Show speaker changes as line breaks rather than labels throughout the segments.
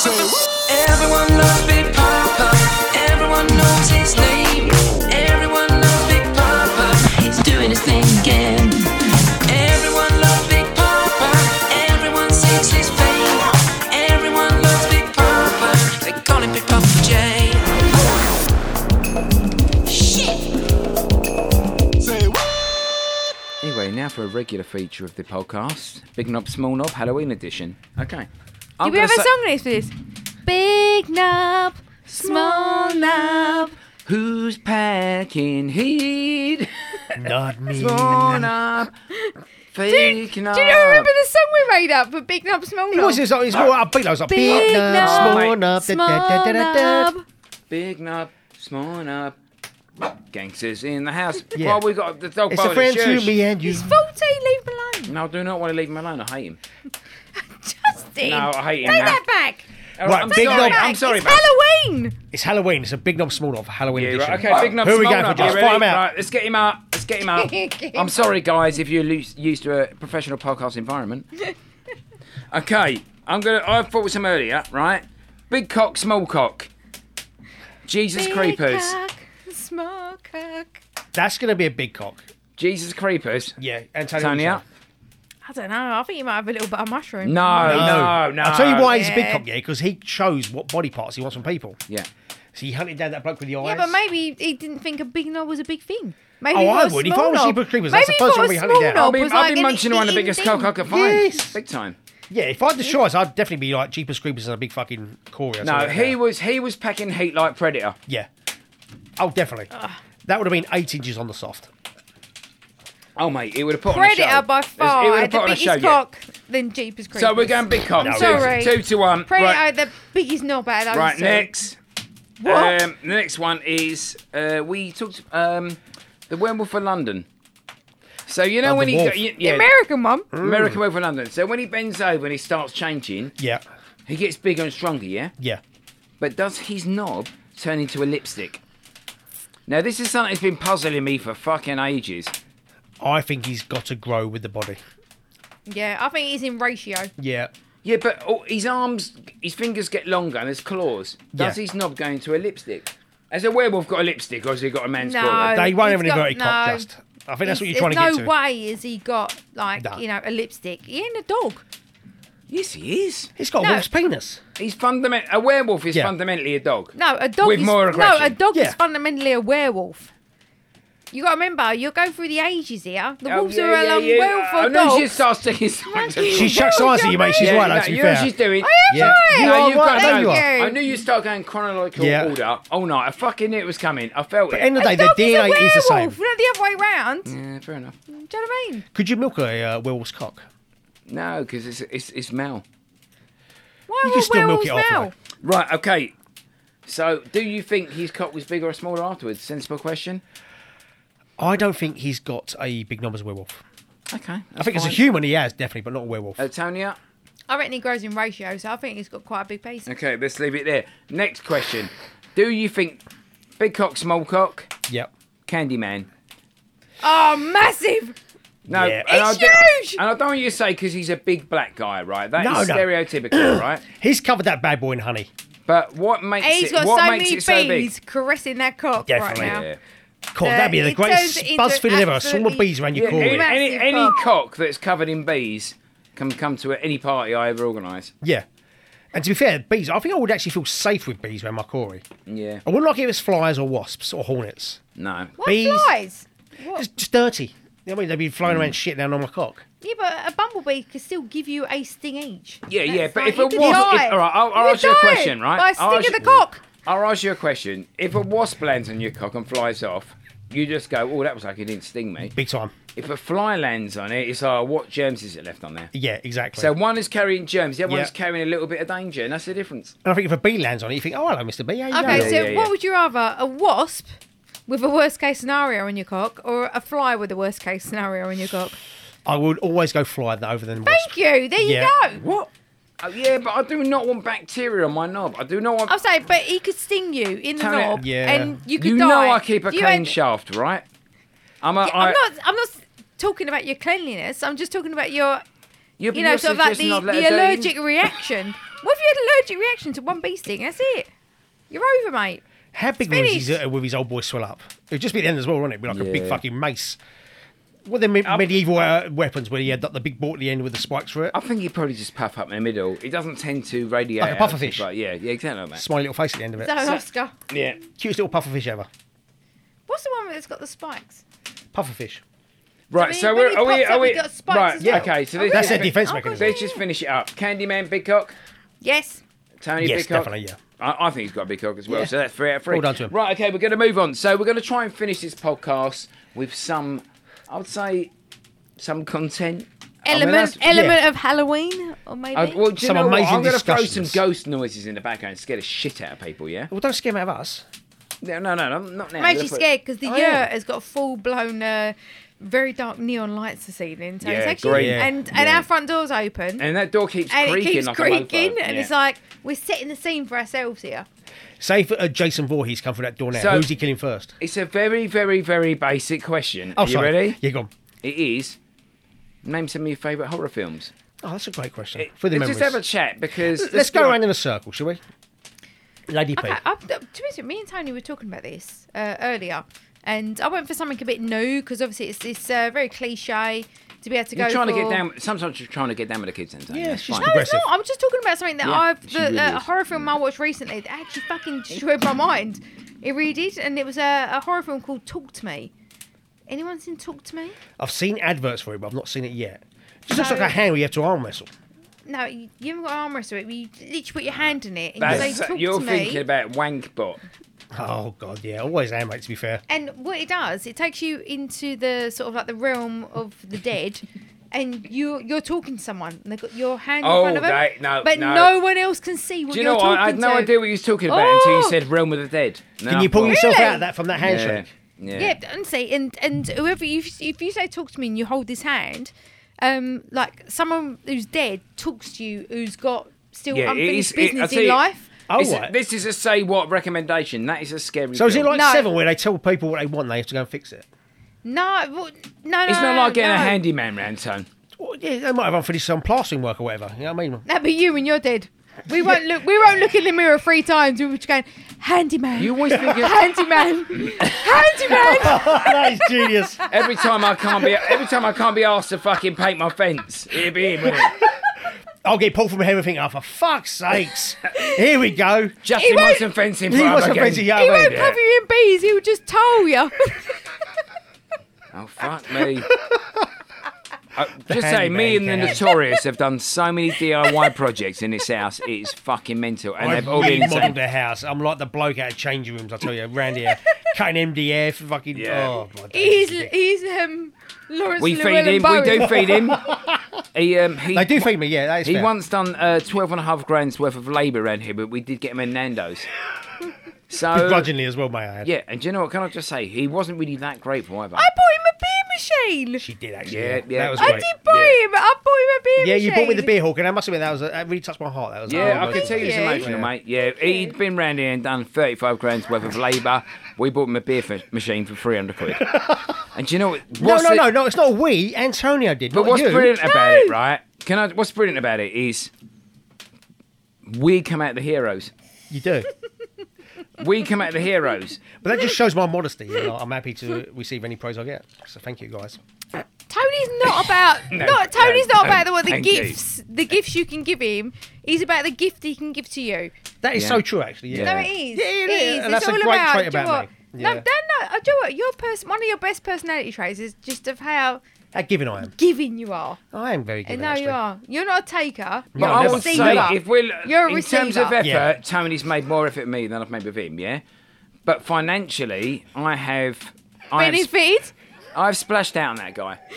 Everyone loves Big Papa. Everyone knows his name. Everyone loves Big Papa. He's doing his thing again. Everyone loves Big Papa. Everyone sings his fame. Everyone loves Big Papa. They call him Big Papa J.
Anyway, now for a regular feature of the podcast Big Knob, Small Knob, Halloween edition. Okay.
Do we have a song next for this? Big knob, small knob.
Who's packing heat?
Not me.
Small knob. Fake
Do you
knob.
not remember the song we made up for Big Knob, Small
It
Knob?
was, it's, it's more upbeat. I was like,
Big
big
knob,
nub, small
mate.
nub, da- da- da- da- da- da.
knob.
Big knob, small knob. Gangsters in the house.
Yeah.
Well, we got the dog
It's the
bowl,
friends who
huge.
me and you.
He's 14, leave him alone.
No, I do not want to leave him alone. I hate him.
Justin,
No, I hate him.
take
now.
that back.
All
Right,
I'm
big
sorry.
knob.
I'm
Back.
sorry,
it's
about
Halloween.
It's Halloween. It's a big knob, small knob, Halloween
Yeah,
edition.
right, okay, big knob.
Who are we
small
going for,
knob.
Josh?
You ready?
Fire 'em out.
Right, let's get him out. Let's get him out. Oh, I'm sorry, guys, if you're lo- used to a professional podcast environment. okay, I'm gonna. I thought of some earlier, right? Big cock, small cock. Jesus
Big
creepers.
cock, small cock.
That's going to be a big cock.
Jesus creepers.
Yeah, Antonio.
Tonya.
I don't know. I think you might have a little bit of mushroom.
No, no, no.
I'll tell you why he's a big
Yeah.
cock, yeah, because he chose what body parts he wants from people.
Yeah.
So he hunted down that bloke with the eyes.
Yeah, but maybe he didn't think a big knob was a big thing. Maybe
Oh,
he
I
thought a
would. If
small
I was
knob-
Super Creepers, that's the
Maybe
first
he
one
thought
we
a
hunted
small
down.
knob
I'll be,
Oh, was
I'll
like
be
an
munching on the
eating
biggest
thing.
cock I could find.
Yes.
Big time.
Yeah, if I had the choice, I'd definitely be like Jeepers Creepers and a big fucking Corey. or something
No,
like
he
that.
was he was packing heat like Predator.
Yeah. Oh, definitely. That would have been eight inches on the soft.
Oh mate, he would have put on a show.
Predator by
He would
far
have
had the
put on a
biggest
show, yeah.
cock, then Jeepers Creepers.
So we're going big cock.
I'm
Two-
sorry.
Two to one.
Predator,
Right.
the biggest knob out of those
Right,
two.
next.
What?
Um, the next one is uh, we talked um, the werewolf for London. So you know
Oh,
when
the
he
wolf.
go- you- yeah, Hmm?
American one.
American werewolf for London. So when he bends over and he starts changing,
Yeah.
he gets bigger and stronger, yeah.
Yeah.
But does his knob turn into a lipstick? Now this is something that's been puzzling me for fucking ages.
I think he's got to grow with the body.
Yeah, I think he's in ratio.
Yeah.
Yeah, but oh, his arms, his fingers get longer and his claws. Does
Yeah.
his knob go into a lipstick? Has a werewolf got a lipstick, or has he got a man's
No.
claw?
They won't
he's
have an
got-
inverted cock,
no.
just. I think that's what you're
He's-
trying to
there's
get to.
No way has he got, like,
No.
you know, a lipstick. He ain't a dog.
Yes, he is.
He's got
No.
a wolf's penis.
He's fundament. A werewolf is
Yeah.
fundamentally a dog.
No, a dog
With
is
more
no,
aggression.
a dog
Yeah.
is fundamentally a werewolf. You got to remember, you're going through the ages here.
Oh,
The wolves are a um, werewolf
I
or
know
dog.
she starts sticking something. to
She's
the-
Well,
Chuck's eyes at you, mate. She's
Yeah,
right,
no,
though, to be
you know
fair.
she's doing.
Yeah.
right.
You
No,
are
you've got
right,
to
thank
know.
you.
I knew you start going chronological
Yeah.
order all night. I fucking knew it was coming. I felt
But
it.
end of the
a
day, their
dog is a
DNA is the same.
werewolf, not the other way round.
yeah, fair enough.
Do you know what I mean?
Could you milk a uh, werewolf's cock?
No, because it's it's it's Mel.
Why
You
are
can still milk
werewolves
it off,
now?
though.
Right. Okay. So, do you think his cock was bigger or smaller afterwards? Sensible question.
I don't think he's got a big knob as a werewolf.
Okay.
I think as a human he has, definitely, but not a werewolf.
Uh,
Tonya.
I reckon he grows in ratio, so I think he's got quite a big piece.
Okay, let's leave it there. Next question: Do you think big cock, small cock,
yep.
Candyman?
Oh, massive!
No,
Yeah.
and I
It's
don't-
huge!
and I don't want you to say because he's a big black guy, right? That is
No, no.
stereotypical, right?
He's covered that bad boy in honey.
But what makes
And he's
it
got
what
so
makes
many
it so big?
bees caressing that cock
Definitely.
right now.
Yeah.
God, that'd be
Uh,
the
it turns
greatest
into
buzz feeling ever. Saw the
absolutely-
bees around your
Yeah, any,
corner.
Massive
any, any
cock.
cock that's covered in bees can come to any party I ever organise.
Yeah. And to be fair, bees, I think I would actually feel safe with bees around my quarry.
Yeah.
I wouldn't like it if it was flies or wasps or hornets.
No.
What
Bees.
flies? What?
It's just dirty. You know what I mean, they'd be flying
Hmm.
around shit down on my cock.
Yeah, but a bumblebee could still give you a sting each.
Yeah, yeah,
That's
but
like-
if it
you
was-
die.
if- all right, I'll- I'll ask you a
die
question, right?
By a
I'll
sting of
ask
the
you-
cock.
I'll ask you a question: If a wasp lands on your cock and flies off, you just go, "Oh, that was like it didn't sting me."
Big time.
If a fly lands on it, it's like, "What germs is it left on there?"
Yeah, exactly.
So one is carrying germs, the other
Yeah.
one's carrying a little bit of danger, and that's the difference.
and I think if a bee lands on it, you think, oh, hello, Mr. Bee. How you
Okay,
doing?
so
Yeah, yeah, yeah.
what would you rather? A wasp with a worst case scenario on your cock or a fly with a worst case scenario on your cock?
I would always go fly over than wasp.
Thank you. There you
Yeah.
go.
What? Oh, yeah, but I do not want bacteria on my knob. I do not want.
I'm saying, but he could sting you in the
Tony,
knob
Yeah.
and Oh, you could
you
die.
know I keep a
Do you
clean
end-
shaft, right? I'm a.
Yeah,
I-
I'm not. I'm not s- talking about your cleanliness. I'm just talking about your,
you're-
you know,
you're
sort of like
suggesting
the,
I've let
the
her do it?
allergic reaction. What if had an allergic reaction to one bee sting, that's it. You're over, mate.
How big
It's
was his,
finished.
uh, with his old boy swell up? It'd just be the end as well, wouldn't it? Be like a big
Yeah.
fucking mace. What the me- medieval uh, weapons where he had like, the big board at the end with the spikes for it?
I think he probably just puff up in the middle. He doesn't tend to radiate.
Like a puffer
out,
fish.
But yeah, yeah, exactly like that.
Smiley little face at the end of it.
So, Oscar.
yeah.
Cutest little pufferfish ever.
What's the one that's got the spikes?
Pufferfish.
Right,
I mean,
so
when
we're,
he
are we? Are
pops up, he
we?
got spikes
Right,
as well.
okay. So
Oh,
this,
really?
That's their defence
Oh, God,
mechanism.
Let's just finish it up. Candyman, big cock. Oh,
Yes.
Tony
Yes,
Big Cock.
definitely, yeah.
I, I think he's got a big cock as well,
Yeah.
so that's three out of three.
Well done to him.
Right, okay, we're going to move on. So we're going to try and finish this podcast with some, I would say, some content. I mean,
Element
that's-
element of Halloween, or maybe.
I- well, do you
Some
know what? I'm
amazing
going to throw some
discussions.
ghost noises in the background and scare the shit out of people, yeah?
Well, don't scare him out of us.
No, no, no, no not now.
I'm actually
Let's put-
scared because the
Oh,
year
yeah.
has got full blown, uh, very dark neon lights this evening. So it's
Yeah,
actually,
great.
and and
Yeah.
our front door's open, and,
And that door keeps
it
creaking
keeps
like
creaking,
a mofo.
and
Yeah.
it's like we're setting the scene for ourselves here.
Say if, uh, Jason Voorhees come through that door now.
So-
Who's he killing first?
It's a very, very, very basic question.
Oh,
Are you
sorry.
ready?
Yeah, go on.
It is. Name some of your favourite horror films.
Oh, that's a great question. For the
Let's
memories.
just have a chat because
Let's go
be-
around in a circle, shall we? Lady P.
Okay, I, to be honest, me and Tony were talking about this uh, earlier, and I went for something a bit new because obviously it's it's uh, very cliche to be able to
You're
go.
trying to
for-
get down. Sometimes you're trying to get down with the kids, and
Yeah,
that's
she's
fine.
not-
No, it's
Progressive.
not. I'm just talking about something that
Yeah,
I've
she
the
really
uh, a
is.
horror film I watched recently that actually fucking destroyed my mind. It really did, and it was a, a horror film called Talk to Me. Anyone seen Talk to Me?
I've seen adverts for it, but I've not seen it yet. It just looks
No.
like a hand where you have to arm wrestle.
No, you, you haven't got arm wrestle. It. You literally put your hand in it and you
That's,
say, "Talk
you're
to
thinking
me."
about Wankbot.
Oh, God, yeah. Always am, mate, to be fair.
And what it does, it takes you into the sort of like the realm of the dead, and you you're talking to someone, and they've got your hand
Oh,
in front of them,
that- no,
but
no.
no. one else can see what
Do you
are
know?
talking
I, I had no
to.
idea what you was talking about until you
Oh!
said Realm of the Dead. No,
Can you pull
I'm
yourself
Really?
out of that from that
fine.
handshake?
Oh, Yeah. yeah.
Yeah, but honestly, and and whoever you if you say talk to me and you hold this hand, um, like someone who's dead talks to you who's got still
Yeah, it is-
unfinished
it- I
business
tell
in
you-
life.
Oh,
This,
right.
is, this is a say what recommendation. That is a scary.
So is it
film.
like
No.
Seven where they tell people what they want and they have to go and fix it?
No, well, no, no,
It's not
no,
like getting
no.
a handyman round town.
Well, yeah, they might have unfinished some plastering work or whatever. You know what I mean?
That'd be you when you're dead. We won't look. We won't look in the mirror three times. We're just going, handyman,
You always think of-
handyman, handyman.
that is genius.
every time I can't be every time I can't be asked to fucking paint my fence. It'd be him, wouldn't it?
I'll get pulled from everything. Oh, for fuck's sakes. Here we go.
Justin
won't-
Wilson fencing.
He
forever
was a
again.
fancy young
He won't
man.
cover you in bees. He'll just toll you.
Oh fuck me! Uh, just say,
handyman
me and the
can.
Notorious have done so many DIY projects in this house. It is fucking mental, and
I've
they've all been
remodeled
insane.
the house. I'm like the bloke out of changing rooms, I tell you, around here. Cutting MDF, fucking.
Yeah.
Oh, my
he's
days.
he's um Lawrence
We feed
Llewellyn
him. We
Bowen.
do feed him. He um he.
They do feed me, yeah, that is
He
fair.
once done uh, 12 and a half grand's worth of labour around here, but we did get him a Nando's. So,
Begrudgingly as well, may I add.
yeah, and do you know what? Can I just say, he wasn't really that grateful either.
I bought him a beer machine.
She did, actually.
Yeah,
Yeah,
yeah.
That was
I
great.
did buy
Yeah.
him. I bought him a beer
Yeah,
machine.
you bought me the beer hawk, and I must admit, that, was a, that really touched my heart. That was
Yeah,
oh,
I could tell you it's
thank you.
emotional, mate. Yeah, he'd been round here and done 35 grand's worth of labour. We bought him a beer f- machine for 300 quid. and do you know what?
No,
what's
no,
the-
no, no, it's not we. Antonio did.
But
not
what's
you.
brilliant about it, right? Can I? What's brilliant about it is we come out the heroes.
You do.
We come out the heroes.
But that just shows my modesty. You know, I'm happy to receive any praise I get. So thank you, guys.
Tony's not about
No,
not Tony's
no,
not
no,
about the, what the
thank you.
gifts the gifts you can give him. He's about the gift he can give to you.
That is
Yeah.
so true, actually. Yeah.
Yeah.
No, it is.
Yeah, it
it
is.
is.
And
It's
that's a
all
great
about,
trait
do you
about
know what?
me. Yeah.
No, no, no. I do you know what your person. One of your best personality traits is just of how
How giving I am.
giving you are.
I am very
And
giving.
no, you
actually.
are. You're not a taker.
But
No,
you're
I
a
never.
would say,
receiver.
if we're
You're a
in terms of
receiver.
effort,
Yeah.
Tony's made more effort at me than I've made with him. Yeah, but financially, I have. I have sp-
Benefited.
I've splashed out on that guy.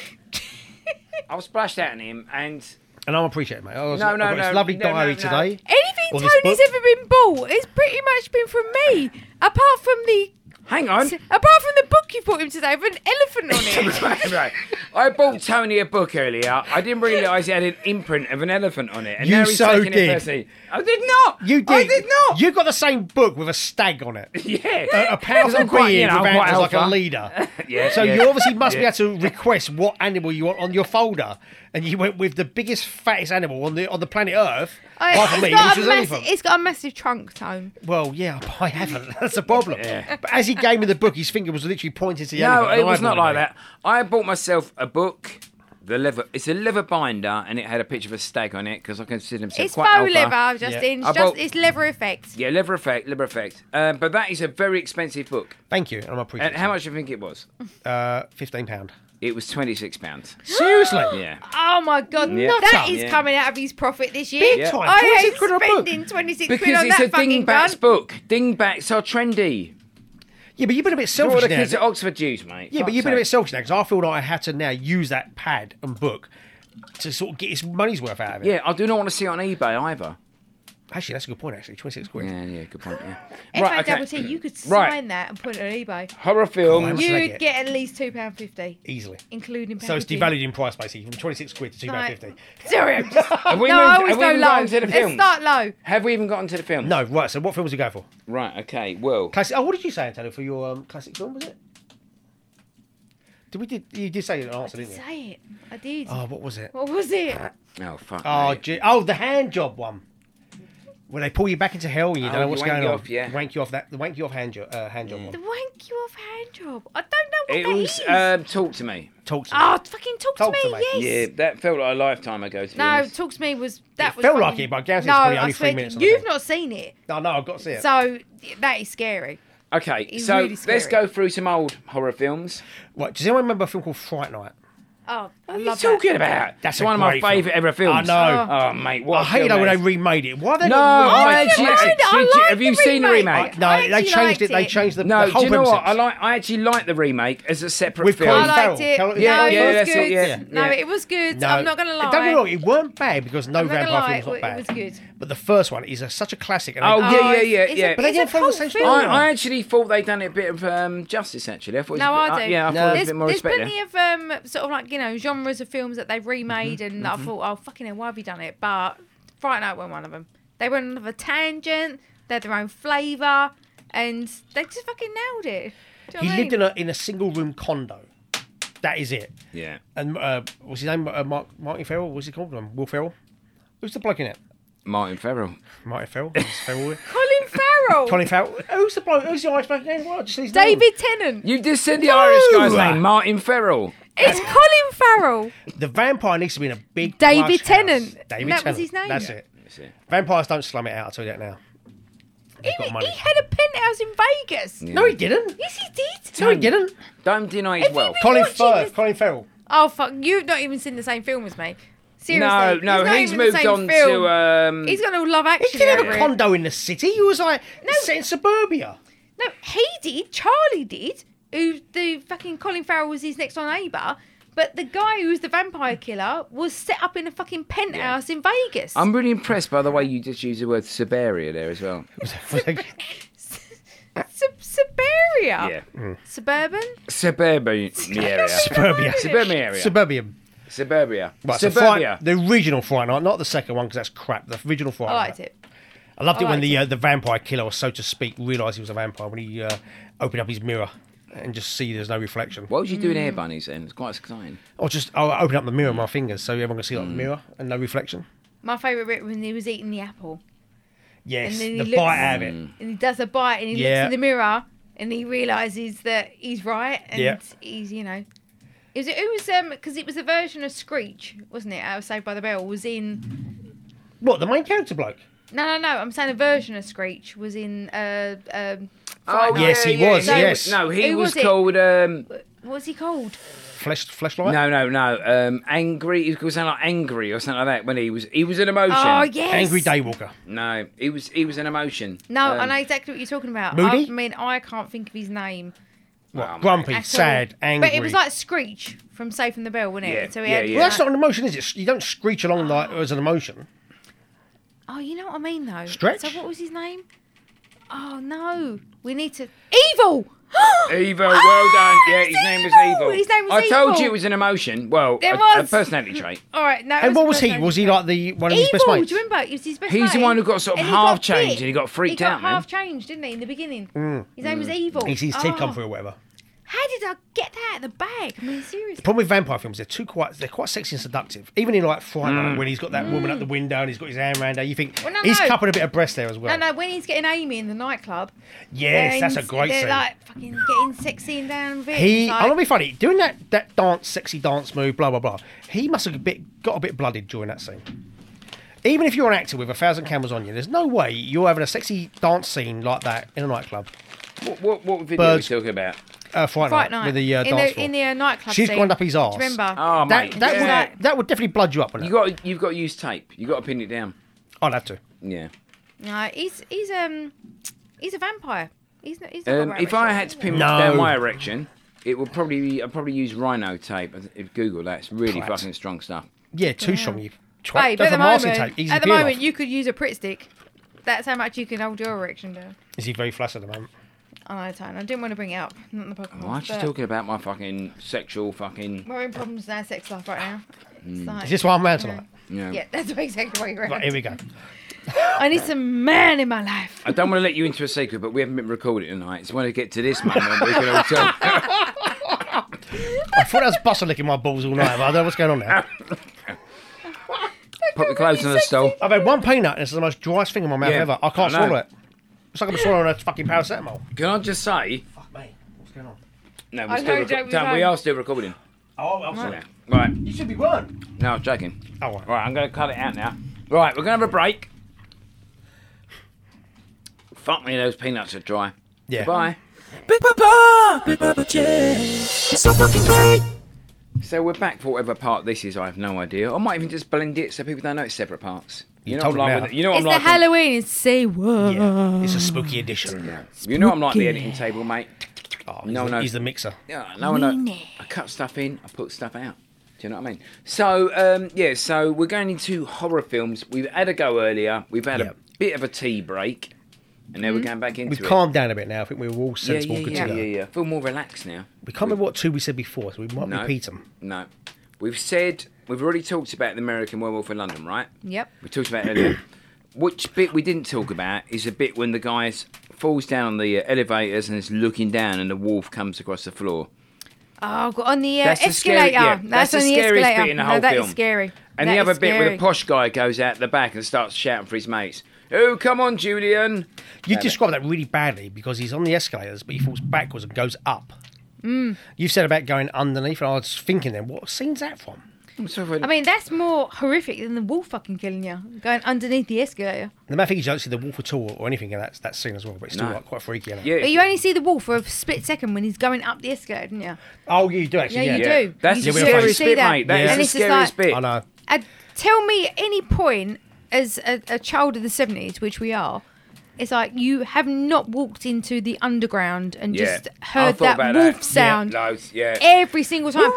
I've splashed out on him, and
And I'm appreciated, mate. I was,
No,
I've
no,
got
no,
This lovely
no, no,
diary
no.
today.
Anything
Or this
Tony's
book.
ever been bought has pretty much been from me, apart from the
hang on.
apart from the book you bought him today with an elephant on it.
Right, right. I bought Tony a book earlier. I didn't realise he had an imprint of an elephant on it, and
You
now he's
so
taking
did.
it personally. I did not.
You did.
I did not.
You got the same book with a stag on it.
yeah.
A powerful
I'm quite, you
being
know, I'm
with
quite
as like a
alpha.
leader.
yeah.
So
yeah.
you obviously must
Yeah.
be able to request what animal you want on your folder. and you went with the biggest, fattest animal on the on the planet Earth.
I-
apart from
it's
me,
got
which
a
was an
mass-
elephant.
it's got a massive trunk, Tone.
Well, yeah, I haven't. That's the problem.
Yeah.
But as he gave me the book, his finger was literally pointing to the
No,
elephant. and
it
I
was not
bought
like that. I bought myself a book. The leather. It's a leather binder, and it had a picture of a stag on it because I consider myself
It's faux
quite alpha.
leather, Justin.
I
It's, just,
bought-
it's leather effect.
Yeah, leather effect, leather effect. Um, but that is a very expensive book.
Thank you, and I appreciate
And
it.
how much do you think it was?
Uh, Fifteen pound.
It was twenty six pounds.
Seriously?
Yeah.
Oh my god,
Yeah.
that
Nutter.
is
Yeah.
coming out of his profit this year.
Big
Yeah.
time.
I
26
hate
quid on a book.
spending 26 quid
Because
on
it's
that
a
fucking
dingbats
gun.
book. Dingbats are trendy.
Yeah, but you've been a bit
All
selfish
the
now.
kids at Oxford use, mate.
yeah, but
Fuck's
you've been a bit
sake.
selfish now because I feel like I had to now use that pad and book to sort of get his money's worth out of it.
Yeah, I do not want to see it on eBay either.
Actually, that's a good point. Actually, twenty six quid.
Yeah, yeah, good point. Yeah.
If I
right,
double
okay.
T, you could sign
Right.
that and put it on eBay.
Horror
Come
films.
on.
You'd
take it.
get at least £2.50,
Easily.
including
So it's
packaging.
devalued in price basically from twenty six quid to two pound
Right.
fifty.
Sorry, I'm just.
Have we
no,
moved-
I
have
always
we
go
even
low.
gotten to the
Let's
film?
start low.
Have we even gotten to the film?
No, right. So what films you go for?
Right, okay, well.
Classic. Oh, what did you say, Antonio, for your um, classic film? Was it? Did we did you did say an answer, didn't you?
Say it. I did.
Oh, what was it?
What was it?
Oh, fuck.
Oh,
mate.
gee, oh, the hand job one. Where they pull you back into hell and you
Oh,
don't know
you
what's
wank
going
you
on.
off, yeah.
Wank you off that. The wank you off hand job. Uh, hand job
Yeah.
The
one.
wank you off hand job. I don't
It
know what that
was
is.
um, Talk to Me.
Talk to me.
oh, fucking talk,
Talk
to
to
me.
me.
Yes.
Yeah, that felt like a lifetime ago, to be
No,
honest.
talk to me was that
It
was
felt like
fucking-
it, but I guarantee
no,
it's probably only
I
three
swear to
minutes
you,
on the
You've
thing.
not seen it,
No, Oh, no, I've got to see it.
so that is scary.
Okay,
It's
so
really
let's
scary.
go through some old horror films.
Right, does anyone remember a film called Fright Night?
Oh, I
What are you
love
talking
that.
about?
That's
one
a
of my
great film.
favourite ever films.
I know.
Oh, mate, what
I
a
hate
film
it when
that
they
is.
remade it. Why are they
No,
not
I
remade it?
actually,
liked it. I
did you-
liked
have you
the
seen the
remake.
remake?
No,
I
they
actually
changed it.
liked
They
it.
changed the,
No,
the whole
do you know
premise.
what? I like. I actually like the remake as a separate
With
film.
Colin
I liked
Farrell.
it.
Colin-
no,
yeah,
yeah,
it was
that's all-
good.
yeah,
no,
yeah.
it was good. I'm not gonna lie.
Don't get me wrong, it weren't bad because no
I'm not gonna
vampire
lie,
film's not
it
bad.
was good.
But the first one is a, such a classic. And
Oh,
I,
yeah, yeah,
Oh, it's-
yeah,
it's a-
yeah. But they
it's
didn't
a
follow the
cult
same
film.
story.
I, I actually thought they'd done it a bit of um, justice. Actually, I thought. it was
No,
a bit, uh,
I do.
yeah, I
No.
thought it was a
There's,
bit more
there's
respect. there.
plenty of um, sort of like you know genres of films that they've remade,
Mm-hmm.
and I thought, oh fucking hell, why have you done it? But Fright Night weren't one of them. They went on another tangent. They had their own flavour, and they just fucking nailed it. Do you know
he
what I
lived
mean?
in a in a single room condo. That is it.
Yeah.
And uh, what's his name? Uh, Mark Martin Ferrell. What's he called? Um, Will Ferrell. Who's the bloke in it?
Martin Ferrell.
Martin Ferrell. Is Ferrell.
Colin Farrell,
Colin Farrell. Who's the bloke? Who's the Irish bloke again? What? I Just his name.
David Tennant.
You just said the Irish guy's
No.
name, Martin Ferrell.
It's Colin Farrell.
The vampire needs to be in a big.
David
plush house.
Tennant.
David
That was
Tennant.
his name.
That's
Yeah.
it.
That's it.
Vampires don't slum it out. I'll tell you that now.
He,
They've got money.
he had a penthouse in Vegas.
No, he didn't.
Yes, he did.
No, he didn't.
Don't deny his
you
wealth.
been-
Colin
watching
Firth.
this-
Colin Farrell.
Oh fuck! You've not even seen the same film as me. Seriously,
No, no,
not
he's,
even the
moved
same
on
film.
to. Um,
He's got all love action.
He didn't
over
have a
it.
condo in the city. He was like set in suburbia.
No, he did. Charlie did. Who the fucking Colin Farrell was his next door neighbour. But the guy who was the vampire killer was set up in a fucking penthouse in Vegas.
I'm really impressed by the way you just used the word suburbia there as well.
Sub- Suburbia.
Yeah.
Suburban.
Uh, Suburban area.
suburbia.
Suburban area.
Suburbium.
Suburbia.
Right, so
Suburbia.
Fright- the original Fright Night, not the second one because that's crap. The original Fright
I
Night.
liked it.
I loved
I
it when
liked
the uh, the vampire killer, or so to speak, realised he was a vampire when he uh, opened up his mirror and just see there's no reflection.
What was you doing
Hmm.
here, bunnies? Then it's quite exciting.
Or just oh, I open up the mirror with my fingers so everyone can see like
Mm.
the mirror and no reflection.
My favourite bit when he was eating the apple
Yes,
And then
the
he
bite
looks- Mm.
out of it.
and he does a bite and he
Yeah.
looks in the mirror and he realises that he's right and
Yeah.
he's you know. Is it who was um because it was a version of Screech, wasn't it? I was Saved by the Bell was in
What the main character bloke?
No, no, no. I'm saying a version of Screech was in. Uh, um,
Oh,
Friday.
Yes, he was,
No,
yes.
No, he
Who
was,
was it?
called. Um,
What was he called?
Flesh fleshlight.
no, no, no. Um, angry. He was sounding like angry or something like that when he was. He was an emotion.
Oh yes. Oh,
Angry Daywalker.
No, he was. He was an emotion.
No,
Um,
I know exactly what you're talking about.
Moody?
I mean, I can't think of his name.
What?
mate.
Grumpy,
at all.
sad, angry.
But it was like Screech from Safe and the Bell, wasn't it?
Yeah,
So he
yeah,
had,
yeah.
Well, that's not an emotion, is it? You don't screech along like as an emotion.
Oh, you know what I mean though.
Stretch?
So what was his name? Oh no, we need to. Evil.
Evil. Well done.
Ah,
Yeah,
it
his
was
name was evil.
His name was
I
evil.
told you it was an emotion. Well,
There
a,
was.
a personality trait.
All right, no. it
And what was he?
personality
Was he
trait.
like the one of his
uh,
best
evil.
mates?
Do you remember? He was his best
He's the
mate.
one who got sort of
And he
half
got bit.
changed and he got freaked
he got
out, man.
Mm.
Half changed, didn't he, in the beginning? His name was Evil.
He sees Ted
Oh.
come through or whatever.
How did I get that out of the bag? I mean, seriously.
problem with vampire films, they're too quite they're quite sexy and seductive. Even in like Fright Night, when he's got that woman at the window and he's got his hand around her, you think
Mm. Well, no,
he's
no.
coupling a bit of breast there as well.
No, no, when he's getting Amy in the nightclub.
Yes,
and
that's a great
they're
scene.
like fucking getting sexy and down with it.
he,
It's like,
I'm gonna be funny doing that that dance, sexy dance move, blah blah blah. He must have a bit, got a bit blooded during that scene. Even if you're an actor with a thousand cameras on you, there's no way you're having a sexy dance scene like that in a nightclub.
What, what, what video
Birds.
are we talking about?
Uh, Fright,
Fright
night,
night
with the uh,
in
dance
the
floor.
in the uh, nightclub.
She's
scene.
gone up his
Do you
arse.
remember?
Oh,
that
mate.
that
yeah.
would that would definitely blood you up. Wouldn't
You
it?
got, you've got to use tape. You've got to pin it down.
I'd have to.
Yeah.
no, he's he's um he's a vampire. He's not. He's not
Um,
a
if
vampire,
I had to
is
pin
he?
No.
down my erection, it would probably be, I'd probably use rhino tape. If Google that, it's really
Twat.
fucking strong stuff.
Yeah, too strong. You twat.
Babe,
That's
at the
a masking
moment,
tape. Easy
at the
peel
moment,
off.
you could use a pritt stick. That's how much you can hold your erection down.
Is he very flaccid at the moment?
I know, Tone. I didn't want to bring it up. Not in the podcast.
Why are you
but
talking about my fucking sexual fucking?
We're in problems now, sex life right now.
Hmm.
It's like,
Is this why I'm mad tonight?
You know,
Yeah, that's exactly what you're
Right,
at.
here we go.
I need some man in my life.
I don't want to let you into a secret, but we haven't been recording tonight. So when I get to this moment, we can all talk.
I thought I was bustle licking my balls all night, but I don't know what's going on now.
Put the clothes on the stall.
I've had one peanut and it's the most driest thing in my mouth
Yeah,
ever. I can't
I know.
swallow it. It's like I'm swallowing a fucking paracetamol.
Can I just say?
Fuck me. What's going on?
No,
I
we're still
know, Jake,
recording.
we
We
won't.
are still recording.
Oh, I'm sorry.
Yeah. Right.
You should be one.
No, I was joking.
Oh, right.
Right, I'm going to cut it out now. Right, we're going to have a break. Fuck me, those peanuts are dry.
Yeah.
Bye.
Big Papa, Big Papa J. So fucking great.
So we're back for whatever part this is. I have no idea. I might even just blend it so people don't know it's separate parts. You,
You
know,
told
I'm like
them
with-
now.
you know I'm
it's the
like.
Halloween. It's say what?
Yeah. It's a spooky edition.
you know I'm like the
Spooky.
editing table, mate.
Oh,
No,
he's, the,
no.
he's the mixer.
Yeah, no, no. I cut stuff in, I put stuff out. Do you know what I mean? So, um, yeah, so we're going into horror films. We've had a go earlier. We've had
Yep.
a bit of a tea break, and now we're going back into
We've
it.
calmed down a bit now. I think we were all
yeah,
sensible,
yeah,
good
yeah,
to
yeah,
go.
yeah. Feel more relaxed now.
We can't remember what two we said before, so we might
No.
repeat them.
No, we've said we've already talked about the American Werewolf in London, right?
Yep.
We talked about it earlier. Which bit we didn't talk about is the bit when the guy falls down on the uh, elevators and is looking down, and the wolf comes across the floor.
Oh, God, on the uh,
That's the scary-
escalator.
yeah, that's
that's,
the
on the
scariest
escalator.
bit in the
No,
whole
that is
film.
scary.
And
That
the other
is
bit where
scary.
the posh guy goes out the back and starts shouting for his mates, Oh, come on, Julian.
You
Damn it.
describe that really badly because he's on the escalators, but he falls backwards and goes up. You said about going underneath, and I was thinking then, what scene's that from?
I'm sorry.
I mean, that's more horrific than the wolf fucking killing you, going underneath the escalator.
The matter is, you don't see the wolf at all or anything in that, that scene as well, but it's still
No.
like, quite freaky. Isn't it?
yeah,
But you only see the wolf for a split second when he's going up the escalator, didn't you?
Oh, you do actually.
Yeah,
Yeah,
you
yeah.
do.
That's
You
the
just
scariest
see
bit,
that.
mate. That
Yeah.
is
And
the
it's just
scariest
like-
bit.
I know.
Uh, tell me at any point as a, a child of the 70s, which we are, it's like you have not walked into the underground and
Yeah.
just
I
heard
thought
that
about
wolf
Yeah,
sound
loads, yeah.
every single time.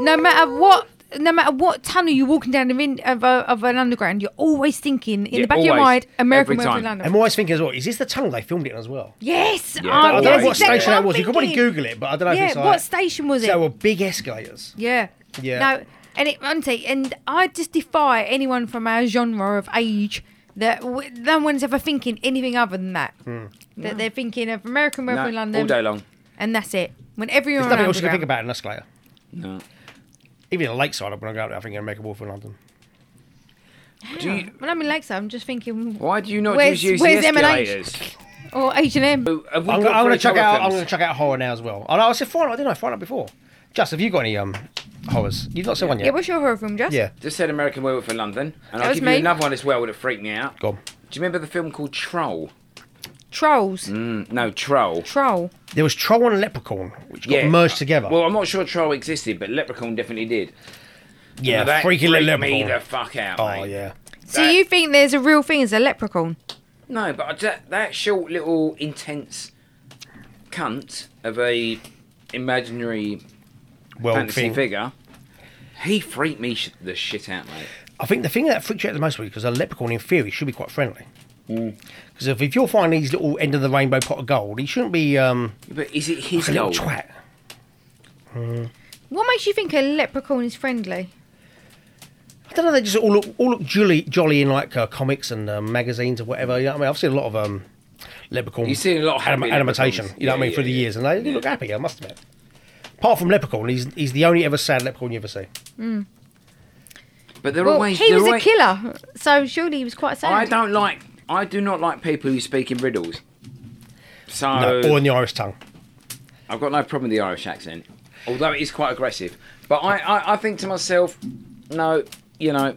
No matter what. No matter what tunnel you're walking down of, in, of, a, of an underground, you're always thinking in
Yeah,
the back of your
always.
mind, American
Every
Werewolf
time.
in London.
I'm always thinking as well, is this the tunnel they filmed it in as well?
yes,
Yeah,
I-
I
that's
don't know what
exactly
station that
I'm
was. You could probably
thinking.
Google it, but I don't know if
Yeah,
it's like.
what station was it?
So, well, big escalators.
Yeah.
Yeah.
No, and it, honestly, and I just defy anyone from our genre of age that w- no one's ever thinking anything other than that.
Hmm.
That they're thinking of American Werewolf
No,
in London,
all day long.
and that's it. Whenever you're
There's
on
nothing else you can
Underground.
think about in an escalator.
No.
Even in Lakeside, when I go out there, I think I'm making a wolf in London.
Do you,
When I'm in Lakeside, I'm just thinking,
why do you not
Where's-
just use
where's
the
M&H?
escalators?
or H and M.
So have we
I'm,
got
gonna- I'm
three
going to check
horror
out. I'm
films?
going to check out horror now as well. And I said Friday Night, didn't I? Friday Night before. Just have you got any um horrors? You've not seen one
Yeah,
yet.
what's your horror film, Jess?
Yeah,
Just said American Werewolf in London, and I'll
was
give
me.
you another one as well that freaked me out.
go on.
Do you remember the film called Troll?
Trolls.
Mm, no, Troll.
Troll.
There was Troll and Leprechaun, which got
Yeah.
merged together.
Well, I'm not sure Troll existed, but Leprechaun definitely did.
yeah,
Now, that
freaky little
freaked me the
Leprechaun.
fuck out.
Oh
mate.
yeah,
So you think there's a real thing as a leprechaun?
No, but I ju- that short little intense cunt of a imaginary
well,
fantasy
thing.
figure, he freaked me sh- the shit out, mate.
I think the thing that freaks you out the most was because a leprechaun, in theory, should be quite friendly.
Mm.
Because if, if you're finding these little end of the rainbow pot of gold, he shouldn't be um,
But is it
a
his
little
goal?
twat.
What makes you think a leprechaun is friendly?
I don't know. They just all look all look jolly, jolly in like uh, comics and um, magazines or whatever. You know what I mean? I've seen a lot of um, leprechaun.
You've seen a lot of happy
animation.
leprechauns.
You know what I
Yeah,
mean?
yeah,
Through the
yeah.
years, and they, they
Yeah.
look happy. I must admit. Apart from Leprechaun, he's he's the only ever sad Leprechaun you ever see.
But they're
Well,
always.
he
they're
was a
always-
killer, so surely he was quite sad.
I don't like. I do not like people who speak in riddles. So
No, or in the Irish tongue.
I've got no problem with the Irish accent, although it is quite aggressive. But I, I, I think to myself, no, you know,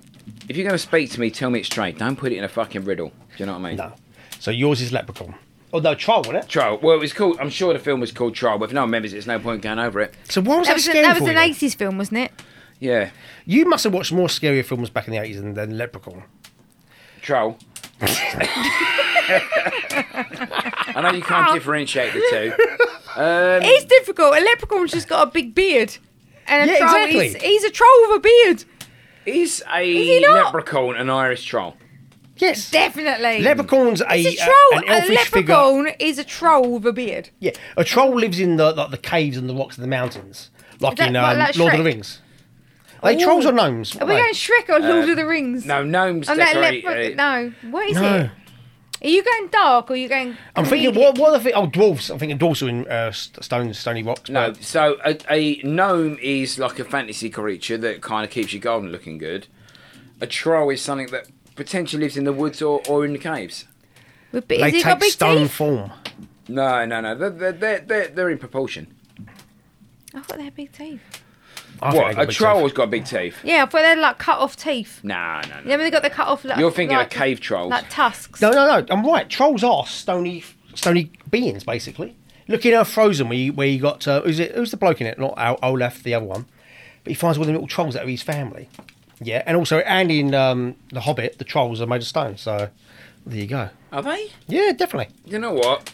if you're going to speak to me, tell me it straight. Don't put it in a fucking riddle. Do you know what I mean?
No. So yours is Leprechaun. Oh no, Troll, wasn't it?
Trial. Well, it was called. I'm sure the film was called Trial, but if no one remembers, it, there's no point going over it.
So why was
That
that,
was, a-
scary
that was
for
an
you?
80s film, wasn't it?
Yeah,
You must have watched more scarier films back in the eighties than, than Leprechaun.
Trial. I know you can't differentiate the two.
Um,
It's difficult. A leprechaun's just got a big beard. And a
Yeah,
troll,
exactly.
he's, he's a troll with a beard.
Is a
he not?
leprechaun an Irish troll?
Yes.
Definitely.
Leprechaun's a,
It's a
a-
troll.
an
A,
elfish figure.
leprechaun is a troll with a beard.
Yeah, a troll lives in the like the caves and the rocks and the mountains, like
that-
in
like
um,
that
Lord of the
Shrek?
Rings. Are they trolls or gnomes? What
Are we
they?
going Shrek or Lord
Um,
of the Rings?
Oh, No, gnomes
On that
decorate.
leper-
uh,
no. What is
No.
it? Are you going dark or are you going.
I'm thinking
comedic?
what what are the thi- oh dwarves. I'm thinking dwarves are in uh, st- stone stony rocks.
No,
but-
so a, a gnome is like a fantasy creature that kind of keeps your garden looking good. A troll is something that potentially lives in the woods or, or in the caves.
With bi-
they
has he got
take
big
stone
teeth?
form.
No, no, no. They're, they're, they're, they're, they're in proportion.
I thought they had big teeth.
I think they
What?
got
A
big
troll
teeth.
has got big teeth.
Yeah, I thought they had like cut off teeth.
Nah, no, no.
Then when they got the cut off. Like,
You're thinking
like,
of cave trolls.
Like tusks.
No, no, no. I'm right. Trolls are stony stony beings basically. Look in uh, Frozen where you, where you got uh, who's it? Who's the bloke in it? Not Al- Olaf, the other one. But he finds all the little trolls out of his family. Yeah, and also and in um, the Hobbit, the trolls are made of stone. So there you go.
Are they?
Yeah, definitely.
You know what?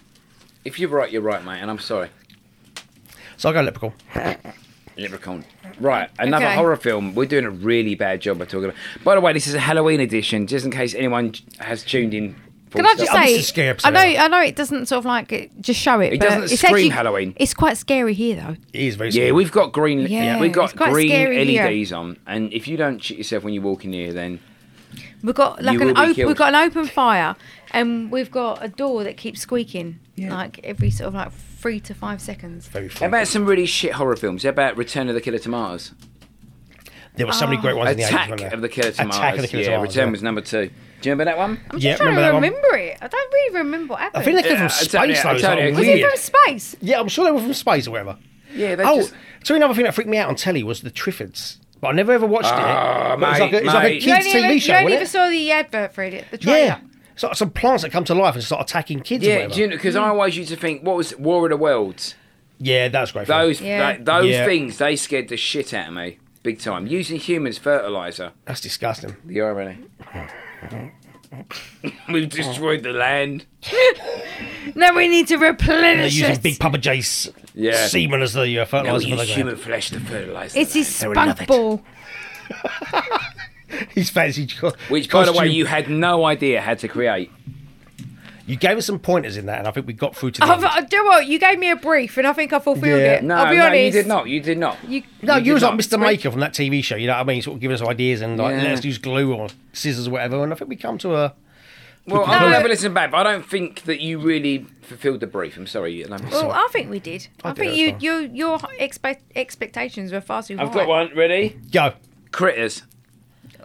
If you're right, you're right, mate, and I'm sorry.
So I go Leprechaun.
Leprechaun. Right, another
Okay.
horror film. We're doing a really bad job of talking about. By the way, this is a Halloween edition, just in case anyone has tuned in.
Can I just
Oh, this is
say?
scary
I
episode.
know, I know, it doesn't sort of like it- just show it.
It
but
doesn't
it's
scream
actually-
Halloween.
It's quite scary here, though.
He is very.
Yeah,
scary.
we've got green.
Yeah,
we've
it's
got
quite
green
scary here.
LEDs on, and if you don't shit yourself when you walk in here, then
We've got like
You will
an
be
open.
killed.
We've got an open fire, and we've got a door that keeps squeaking like every sort of like three to five seconds.
very.
how
Funny.
about some really shit horror films. How about Return of the Killer Tomatoes,
There were so many great ones in the 80s,
Attack
weren't there?
of the Killer Tomatoes.
Attack of the Killer
yeah,
Tomatoes,
Return
yeah.
was number two. Do you remember that one?
I'm
Yeah,
just trying
remember that
to
one?
remember it. I don't really remember what
I
happened.
think they came
Yeah,
from
I totally-
space,
I
though. it's
totally-
like
was
they-
it
weird.
from space?
Yeah, I'm sure they were from space or whatever.
Yeah, they
oh,
just.
so another thing that freaked me out on telly was the Triffids. But I never ever watched
Ah,
it. But it was like a, it was like a
mate,
kids'
mate.
You only
TV
ever,
show,
you only
wasn't
ever
it?
saw the advert for it. The trailer.
yeah. So like some plants that come to life and start attacking kids. or
Yeah,
whatever.
do you know? Because I always used to think, what was War of the Worlds?
yeah, that was great. fun.
Those
Yeah.
that, those
Yeah.
things they scared the shit out of me, big time. Using humans fertilizer.
that's disgusting.
The irony. We've destroyed the land.
Now we need to
They're
replenish
using
it.
Big Papa J's
Yeah.
semen as the uh,
Now
fertilizer
we use
for the ground.
human flesh to fertilize.
It's
the
his
land.
spunk ball.
His fancy co-
Which, by the way,
costume.
you had no idea how to create.
you gave us some pointers in that, and I think we got through to the.
I've,
end.
I do you know what you gave me a brief, and I think I fulfilled
Yeah.
it.
No,
I'll be
no,
honest.
you did not. You did not.
You,
No, you,
did
was like
not.
Mr. Maker from that TV show. You know what I mean? Sort of giving us ideas and like
Yeah.
let us use glue or scissors or whatever. And I think we come to a.
well,
No.
I'll never listen back, but I don't think that you really fulfilled the brief. I'm sorry. I'm sorry.
Well, I think we did. I,
did
think
as
you,
well.
you, your expect, expectations were far too high.
I've got one. Ready?
Go.
Critters.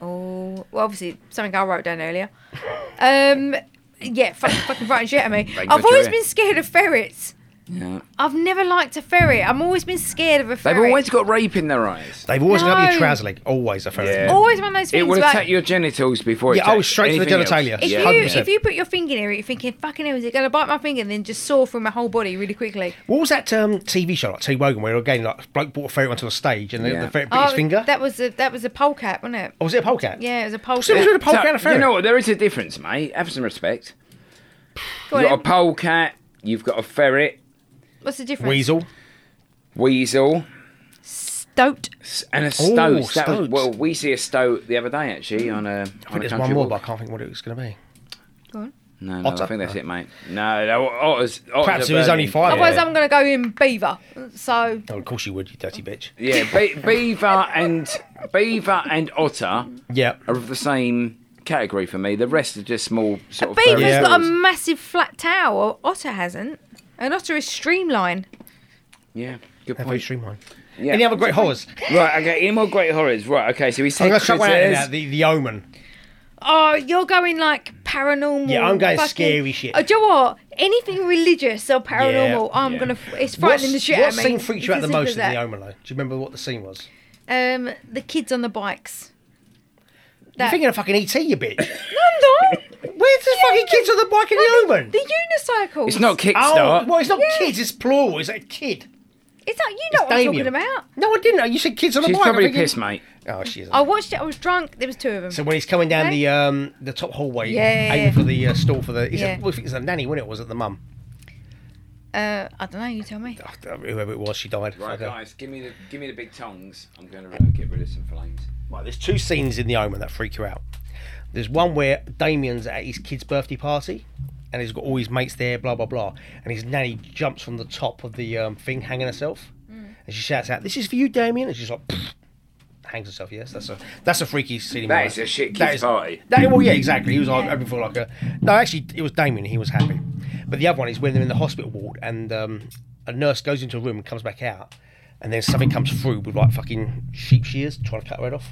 Oh, well, obviously something I wrote down earlier. Um, yeah, fuck, fucking frightened shit at me.
Thank
I've
God
always
you're
been scared of ferrets.
Yeah.
I've never liked a ferret. I've always been scared of a
They've
ferret.
always got rape in their eyes.
They've always got
No.
your trouser leg. Always a ferret.
Yeah.
always one of those things.
It will
where
attack your genitals before it
Yeah, I
attacks
was straight to the
anything else.
genitalia.
If
Yeah.
you
100%.
if you put your finger near it, you're thinking, "Fucking hell, is it going to bite my finger?" And then just saw through my whole body really quickly.
What was that um, TV show like T. Wogan where again like bloke brought a ferret onto a stage and the,
Yeah.
the ferret bit his finger?
Oh, that was a that was a polecat, wasn't it?
oh, was it a polecat?
Yeah, it was a polecat.
So it was with a polecat and a
So,
ferret.
you know what? There is a difference, mate. Have some respect.
Go on
You've got a
then.
polecat. You've got a ferret,
What's the difference?
Weasel.
weasel,
Stoat.
s- and a stoat. That was-
stoats.
well, we see a stoat the other day actually on a.
I
on
think
a
there's
country
one more,
walk.
but I can't think what it was going to be.
Go on.
No, no, I
Otter.
think that's it, mate. No, no otters. otters
Perhaps
are
it was
Oh, burning.
only five.
Otherwise,
Yeah,
I'm going to go in beaver. So
Oh, of course you would, you dirty bitch.
yeah be- beaver and beaver and otter
Yeah.
are of the same category for me. The rest are just small sort of.
beaver's
furry
Yeah.
got a
animals.
massive flat tail. Otter hasn't. An otter is streamlined.
Yeah. Good
Have you
point.
streamlined?
Yeah.
Any other great horrors?
Right, okay, any more great horrors? Right, okay, so we
I'm
said
going to chuck one out
Critters.
now. The, the Omen.
Oh, you're going like paranormal.
Yeah, I'm going
fucking-
scary shit.
Oh, do you know what? Anything religious or paranormal,
Yeah,
I'm
yeah.
gonna. f- It's frightening the shit
what
out of me.
scene freaked you out
It's
the
as
most in
simple as
the Omen, though? Do you remember what the scene was?
that. Um, the kids on the bikes.
You're
That-
thinking of fucking ET, you bitch.
No, I'm not.
Where's the fucking kids on the bike in the Omen?
The unicycles.
It's not
Oh,
Kickstart.
well, it's not
Yeah.
kids. It's plural. It's a kid.
It's like you know what
Damien.
I'm talking about.
No, I didn't. know. You said kids on the
She's
bike. I'm
probably
thinking-
pissed, mate.
Oh, she is.
I watched it. I was drunk. There was two of them.
So when he's coming down
Okay.
the um the top hallway,
Yeah.
aiming for the uh, stall for the, it's
Yeah.
a, well, I think it's a nanny, wasn't it? Was it the mum?
uh, I don't know. You tell me.
Oh, whoever it was, she died.
Right,
Okay.
guys, give me the give me the big tongs. I'm going to get rid of some flames.
Right, there's two scenes in The Omen that freak you out. There's one where Damien's at his kid's birthday party, and he's got all his mates there, blah blah blah, and his nanny jumps from the top of the um, thing, hanging herself, and she shouts out, "This is for you, Damien!" And she's like, "Pfft," hangs herself. Yes, that's a that's a freaky scene. in my
That
life.
is a shit
That
kid's
is-
party.
That, well, yeah, exactly. He was like, hoping for like a. No, actually, it was Damien. He was happy. But the other one is when they're in the hospital ward and um, a nurse goes into a room and comes back out, and then something comes through with like fucking sheep shears trying to cut her head off.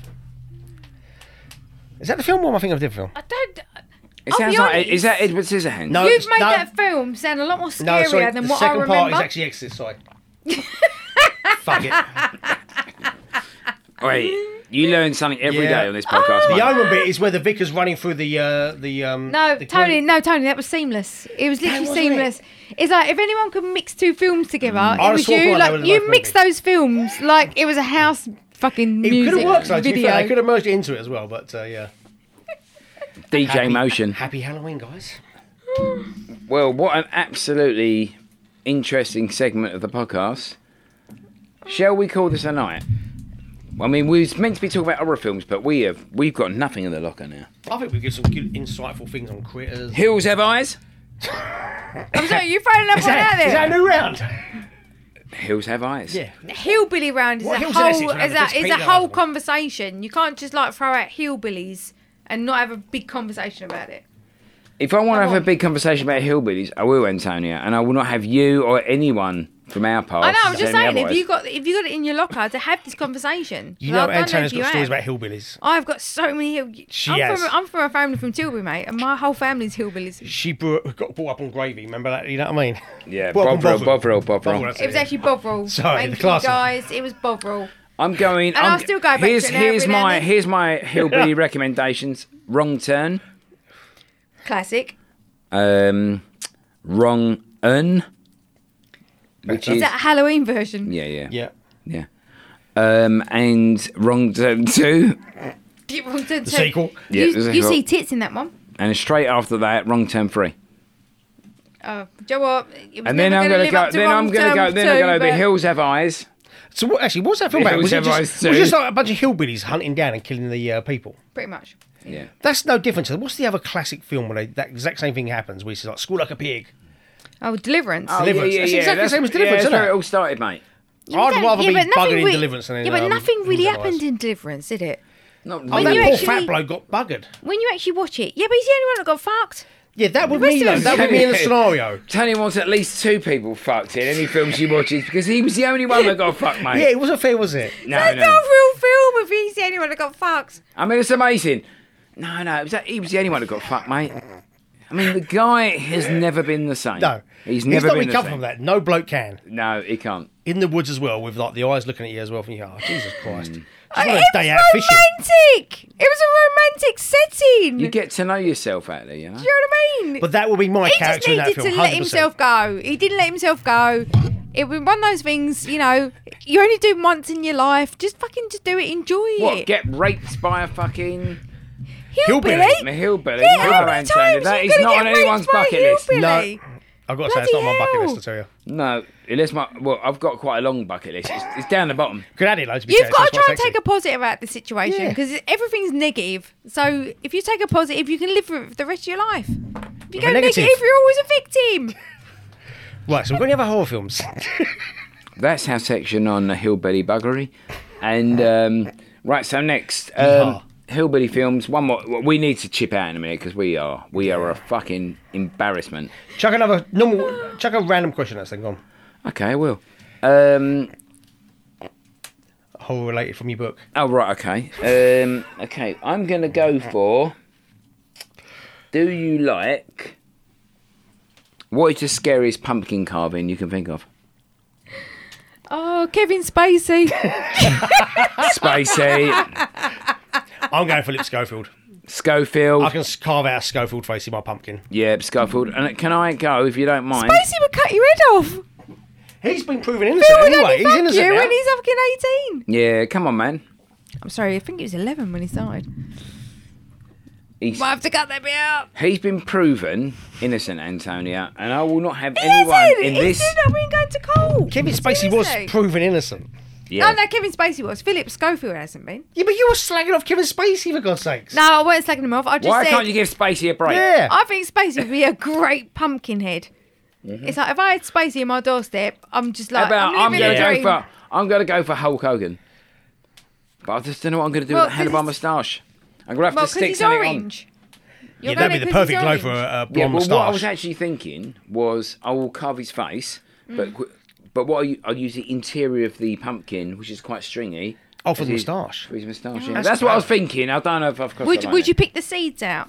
Is that the film or am I thinking of a different film?
I don't.
It
I'll
sounds
be
like
honest.
is that Edward Scissorhands?
No,
You've made
Uh, no,
that film sound a lot more
no,
scarier
sorry.
than
the
what I
second
remember.
part is actually Exit. Sorry. Fuck it.
Wait, you learn something every day
Yeah.
on this podcast.
The
mate.
omen bit is where the vicar's running through the uh, the um.
No,
the
Tony, no, Tony, that was seamless. It was literally
wasn't Mm.
seamless. It's like if anyone could mix two films together, it
would've
was
sworn
you.
by now it
Like
was a
you
nice
mixed
movie.
those films like it was a house fucking
It could have
music
worked. Though, to be fair. They
video.
could have merged it into it as well, but uh, yeah.
DJ Motion.
Happy Halloween, guys.
Well, what an absolutely interesting segment of the podcast. Shall we call this a night? I mean, we was meant to be talking about horror films, but we have we've got nothing in the locker now.
I think we give some good, insightful things on critters. Is
Hills have eyes.
I'm sorry, you throwing that one out
that,
there.
is that a new round?
Hills have eyes.
Yeah.
hillbilly round is
What
a
hills in Essex
whole
round?
is
That's
a, is
Peter
a whole
Hardwick.
conversation. You can't just like throw out hillbillies and not have a big conversation about it.
If I want to have
Come
a
on.
big conversation about hillbillies, I will, Antonia, and I will not have you or anyone from our past.
I know. I was just
me
saying, if
otherwise.
you got if you got it in your locker to have this conversation,
You
Well,
know,
I don't
Antonio's
if you
got stories
have.
about hillbillies.
I've got so many hillbillies.
She
I'm,
has.
From, I'm from a family from Tilbury, mate, and my whole family's hillbillies.
She bro- got brought up on gravy. Remember that? You know what I mean?
Yeah,
Brought up on
Bovril, Bovril, Bovril.
that's
It was
yeah.
actually Bovril.
Sorry,
Thank
the class
you
one.
guys. It was Bovril.
I'm going.
And
I'm,
I'll still go back to
here's
it now
here's
every now
my
and then.
here's my hillbilly recommendations. Wrong turn.
Classic.
Um, wrong un. Which
Is
is
that a Halloween version?
yeah, yeah,
Yeah.
yeah. Um, and wrong turn two,
Get wrong turn
The
two.
sequel.
Yeah,
You,
the
you
sequel.
see tits in that one.
and straight after that, wrong turn three.
Oh, do you know what? It was
And then
never
I'm
gonna
gonna
live
go.
up to
Then I'm
Wrong
gonna go.
Turn
Then I'm
two,
gonna go. The
but-
hills have eyes.
So what, actually, what's that film about? Was it,
Hillbillies
just,
have eyes
was it
too.
just like a bunch of hillbillies hunting down and killing the uh, people?
Pretty much.
Yeah.
That's no different to what's the other classic film where they, that exact same thing happens? Where it's like school like a pig.
Oh, Deliverance.
Oh,
Deliverance. That's exactly the same as Deliverance,
Yeah, that's
isn't
where
it?
it all started, mate.
You
I'd
don't-
rather
yeah,
be
but nothing
buggered in
re-
Deliverance than in,
Yeah, but
um,
nothing really
Hillbillies.
happened in Deliverance, did it?
Not
Oh,
really.
that
you
poor
actually-
fat bloke got buggered.
When you actually watch it, yeah, but he's the only one that got fucked.
Yeah, that would
The rest
be
of
though.
us-
That would be in the scenario.
Tony wants at least two people fucked in any film she watches because he was the only one that got fucked,
Yeah,
mate.
it wasn't fair, was it?
No,
That's
no.
not a real film if he's the only one that got fucked.
I mean, it's amazing. No, no, it was that, he was the only one that got fucked, mate. I mean, the guy has never been the same.
No,
he's never
not
been the
recovered
same.
from that. No bloke can.
No, he can't.
in the woods as well, with like the eyes looking at you as well. From you, oh Jesus Christ! Just
It
want
was
a day out fishing.
romantic. It was a romantic setting.
You get to know yourself out there, you know.
Do you know what I mean?
But that will be my
he just
character in
needed
that film.
to let
100%.
himself go. He didn't let himself go. It was one of those things, you know, you only do once in your life. Just fucking just do it. Enjoy
What?
it.
Get raped by a fucking
hillbilly.
a
hillbilly?
hillbilly?
Yeah, how
no,
many
Antonio,
times
that
you
is
gonna
not on
get raped
anyone's
by a
bucket list.
hillbilly?
No, I've got to say it's not on my
Bloody
bucket list.
hell.
I tell you,
No, unless my well, I've got quite a long bucket list. It's, it's down the bottom.
could add it loads. To be
You've
fair,
got to
so it's
try
quite
and take
sexy.
a positive out of the situation
Yeah.
because everything's negative. So if you take a positive, you can live with it for the rest of your life. If you
With a
go
negative.
negative, you're always a victim.
Right, so we've got any other horror films?
That's our section on the hillbilly buggery, and um, right. So next, um, hillbilly films. One more. well, We need to chip out in a minute because we are we are a fucking embarrassment.
chuck another normal. Chuck a random question. That's then gone.
Okay, I will. Um,
horror related from your book.
Oh right, okay. Um, okay, I'm gonna go for. Do you like? What is the scariest pumpkin carving you can think of?
Oh, Kevin Spacey.
Spacey,
I'm going for Lip Schofield. I
Schofield.
can s- carve out a Schofield face in my pumpkin.
Yeah, Schofield. And can I go if you don't mind?
Spacey would cut your head off.
He's been proven innocent
Who would
anyway.
only
He's
fuck
innocent
you
now.
when he's fucking 18.
Yeah, come on, man.
I'm sorry, I think he was 11 when he started.
He's,
Might have to cut that bit out.
he's been proven innocent, Antonia, and I will not have
He
anyone
isn't.
in
He
this.
did not been going to court.
Kevin Spacey was
Seriously?
proven innocent.
Yeah.
Oh, no, Kevin Spacey was. Philip Schofield hasn't been.
Yeah, but you were slagging off Kevin Spacey for God's sakes.
No, I weren't slagging him off. I just
Why
said,
can't you give Spacey a break?
Yeah.
I think Spacey would be a great pumpkin head. It's like if I had Spacey in my doorstep, I'm just
How
like,
Mm-hmm. about I'm
I'm living
going
a
to go
dream.
for I'm going to go for Hulk Hogan. But I just don't know what I'm going to do
Well,
with the
'cause
handlebar
it's-
moustache. I'm going to have
well,
to
because
stick
he's
something on.
orange. You're
yeah, that'd
going
be the
because he's
perfect glow for
orange.
a, a
Yeah, well,
blonde
what I was
moustache.
actually thinking was I will carve his face,
Mm.
but qu- but what I u- I'll use the interior of the pumpkin, which is quite stringy.
Oh, for
as
the
his-
moustache.
For his moustache. yeah.
That's
That's what I was
clever.
thinking. I don't know if I've crossed
Would,
the line
would you
there.
pick the seeds out?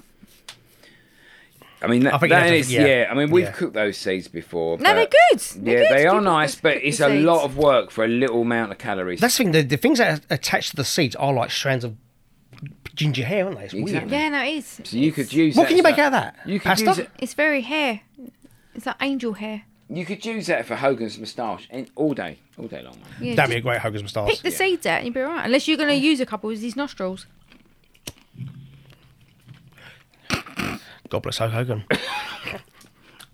I mean, that,
I think
that
you have
is
to-
yeah.
yeah.
I mean, we've
Yeah.
cooked those seeds before.
No,
but-
they're good. They're
Yeah,
good.
they
You
are
can
nice,
cook the-
but
cook the
it's a
seeds.
lot of work for a little amount of calories.
That's the thing. The, the things that are attached to the seeds are like strands of ginger hair, aren't they? It's weird.
Exactly.
Yeah, no, it is.
so you could use.
What
that
can you
as
make out of that?
You could
Pasta?
use it.
It's very hair. It's like angel hair.
You could use that for Hogan's moustache and all day, all day long. mate.
Yeah,
That'd be
just
a great Hogan's moustache.
pick the seeds out and you'd be alright. Unless you're going to use a couple of his nostrils.
God bless Hulk Hogan.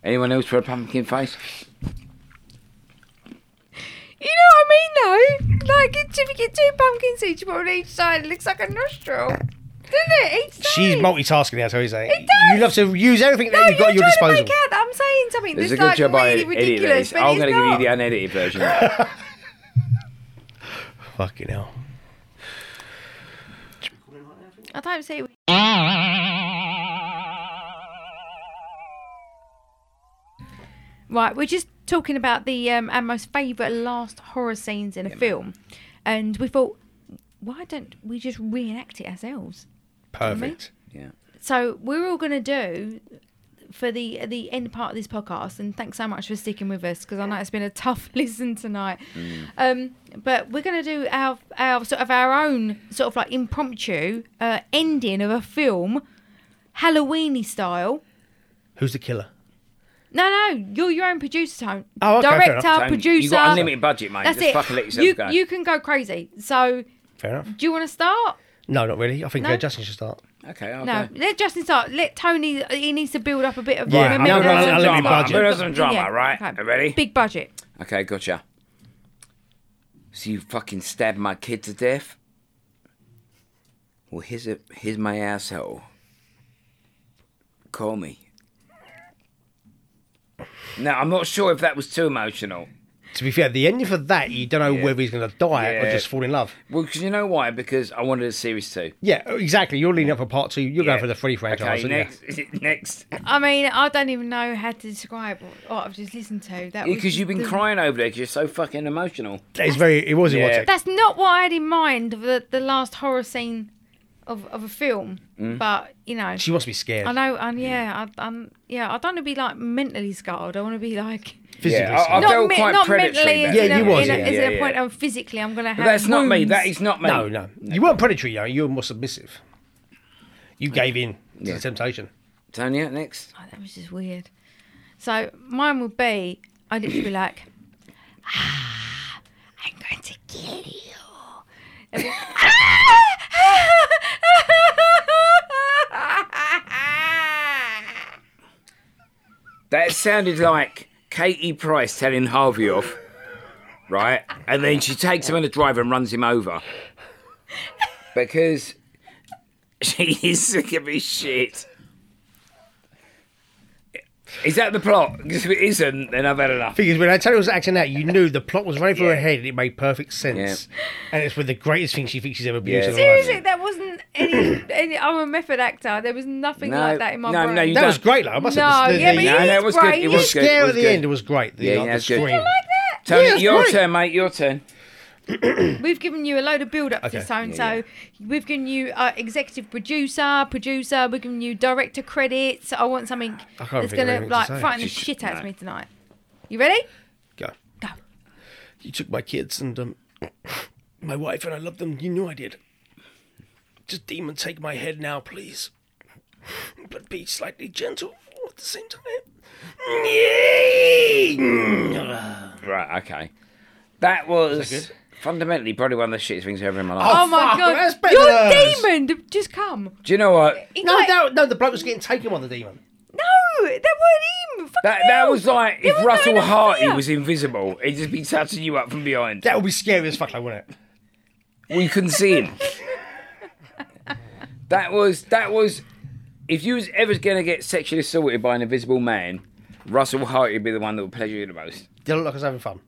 Anyone else for a pumpkin face?
You know what I mean, though? Like, if you get two pumpkin seeds, you put on each side, it looks like a nostril. Doesn't it? Each side.
She's multitasking now, so he's saying.
It does.
You love to use everything
No,
that you've got at
you're
your
trying to
disposal.
make out that I'm saying something
There's
that's
a good
like
job I
really
edited
ridiculous,
this.
but
I'm
it's
going to give you
not.
the unedited version.
Fucking hell.
I don't see. Right, we're just talking about the um, our most favourite last horror scenes in a film, and we thought, why don't we just reenact it ourselves?
Perfect.
yeah.
So we're all going to do for the the end part of this podcast, and thanks so much for sticking with us because I know it's been a tough listen tonight.
Mm.
Um, but we're going to do our our sort of our own sort of like impromptu uh, ending of a film, Halloweeny style.
Who's the killer?
No, no, you're your own producer, Tone.
Oh, okay, fair enough.
Director,
Tony,
producer.
You've got unlimited budget, mate.
That's
Just
it.
fucking let yourself
you,
go.
you can go crazy. So,
Fair enough.
do you want to start?
No, not really. I think
No?
uh, Justin should start.
Okay, I'll
No,
go.
let Justin start. Let Tony. He needs to build up a bit of. uh,
Yeah,
momentum.
no, no, no, no,
Some
I'll let me
drama. I'm
budget.
gonna have some drama,
Yeah,
right?
okay.
You ready?
Big budget.
Okay, gotcha. So you fucking stabbed my kid to death? Well, here's a here's my asshole. Call me. Now I'm not sure if that was too emotional.
To be fair, the ending for that, you don't know
Yeah.
whether he's going to die
Yeah.
or just fall in love.
Well, because you know why? Because I wanted a series two.
Yeah, exactly. You're leaning up for part two. You're going for the free franchise.
Okay,
aren't you?
next, next.
I mean, I don't even know how to describe what, what I've just listened to. That was
Because you've been
the-
crying over there because you're so fucking emotional.
It's very. It was.
Yeah.
It was.
That's not what I had in mind of the, the last horror scene of, of a film.
Mm.
But you know,
She wants to be scared.
I know, and yeah, I, I'm yeah, I don't want to be like mentally scarred. I want to be like
Physically.
Yeah, I- I
scared.
not,
felt
me-
quite
not
predatory
mentally.
back
Yeah,
in a-
you was,
in a-
yeah.
Is
Yeah,
it
yeah.
a point? I'm physically. I'm gonna have.
That's not me.
wounds.
That is not me.
no, no. You weren't predatory, though. You were more submissive. You gave in to
Yeah.
the temptation.
Tanya, next.
Oh, that was just weird. So mine would be I would literally be like, ah, I'm going to kill you. And Ah! then-
That sounded like Katie Price telling Harvey off, right? And then she takes him in the drive and runs him over because she is sick of his shit. Is that the plot? 'Cause if it isn't, then I've had enough.
Because when Antonio was acting out, you knew the plot was running through
Yeah.
her head and it made perfect sense. And it's with the greatest thing she thinks she's ever been
Yeah.
used in her life.
Seriously, that wasn't any, any. I'm a method actor. There was nothing
No,
like that in my
no,
brain.
no, you
That
don't-
was great, though. I must
No,
have the,
yeah,
the,
but
No,
you-
no,
he's
it was good. It
great.
was
the
good. it
scare
was
at the
good.
end was great. The,
Yeah,
like,
that's
the
good.
scream.
like that.
Tony,
Yeah, it's
your
great.
turn, mate. Your turn.
we've given you a load of build up to
Okay.
this time. so we've given you uh, executive producer, producer. We've given you director credits. I want something
I can't
that's
think of
gonna
anything to
like
say.
frighten the
Just-
shit out of
no.
me tonight. You ready?
Go.
Go.
You took my kids and um, my wife, and I love them. You knew I did. Just demon, take my head now, please. But be slightly gentle at the same time.
Right, okay. That was fundamentally probably one of the shittest things I've ever in my life.
Oh,
Oh,
my
fuck,
god!
that's better
Your
than ours.
demon d- just come.
Do you know what?
He
No,
like-
no, no, the bloke was getting taken by the demon.
no, that weren't him. Fucking
That, that
hell.
was like
There
if
was no
Russell
enough
Harty
fear.
was invisible, he'd just be touching you up from behind.
That would be scary as fuck, though, wouldn't it?
We couldn't see him. that was that was. If you was ever gonna get sexually assaulted by an invisible man, Russell Harty would be the one that would pleasure you the most.
Did it look like I was having fun?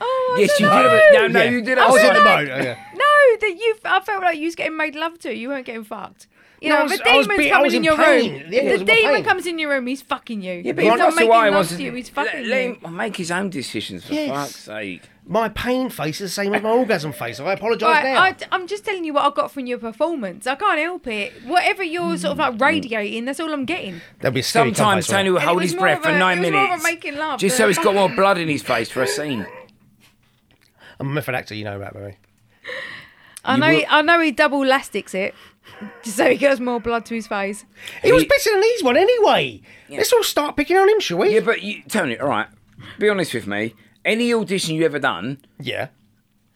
Oh, I
Yes, you
don't
did.
know.
have a- No, no,
Yeah.
you did.
I
have
was
a-
in the mode. oh, yeah.
No, that you. I felt like you was getting made love to. You weren't getting fucked. You
No,
know,
I was-
if a
I was
demon's
be- I
coming
was
in
in
your
pain.
room,
The
if
end
the
was my
demon
pain.
comes in your room, he's fucking you.
Yeah, but
he's
if
not
Russell
making
Harty
love
wants
to you. He's
let,
fucking
let
you.
him make his own decisions for
Yes.
fuck's sake.
My pain face is the same as my orgasm face. I apologise
Right,
now.
I, I'm just telling you what I got from your performance. I can't help it. Whatever you're sort of like
Hmm.
radiating, that's all I'm getting.
That'd be a scary
Sometimes
cunt face,
Tony will
And it
hold
was
his
more
breath
of
for
a-
nine
it was more of a
minutes,
making love
just
than-
so he's got more blood in his face for a scene.
right? I'm a method actor, you know about me.
I
You
know.
will-
I know he double elastics it, just so he gets more blood to his face.
He was better than these one anyway. Let's all start picking on him, shall we?
Yeah, but you, Tony, all right. Be honest with me. Any audition you ever done,
Yeah.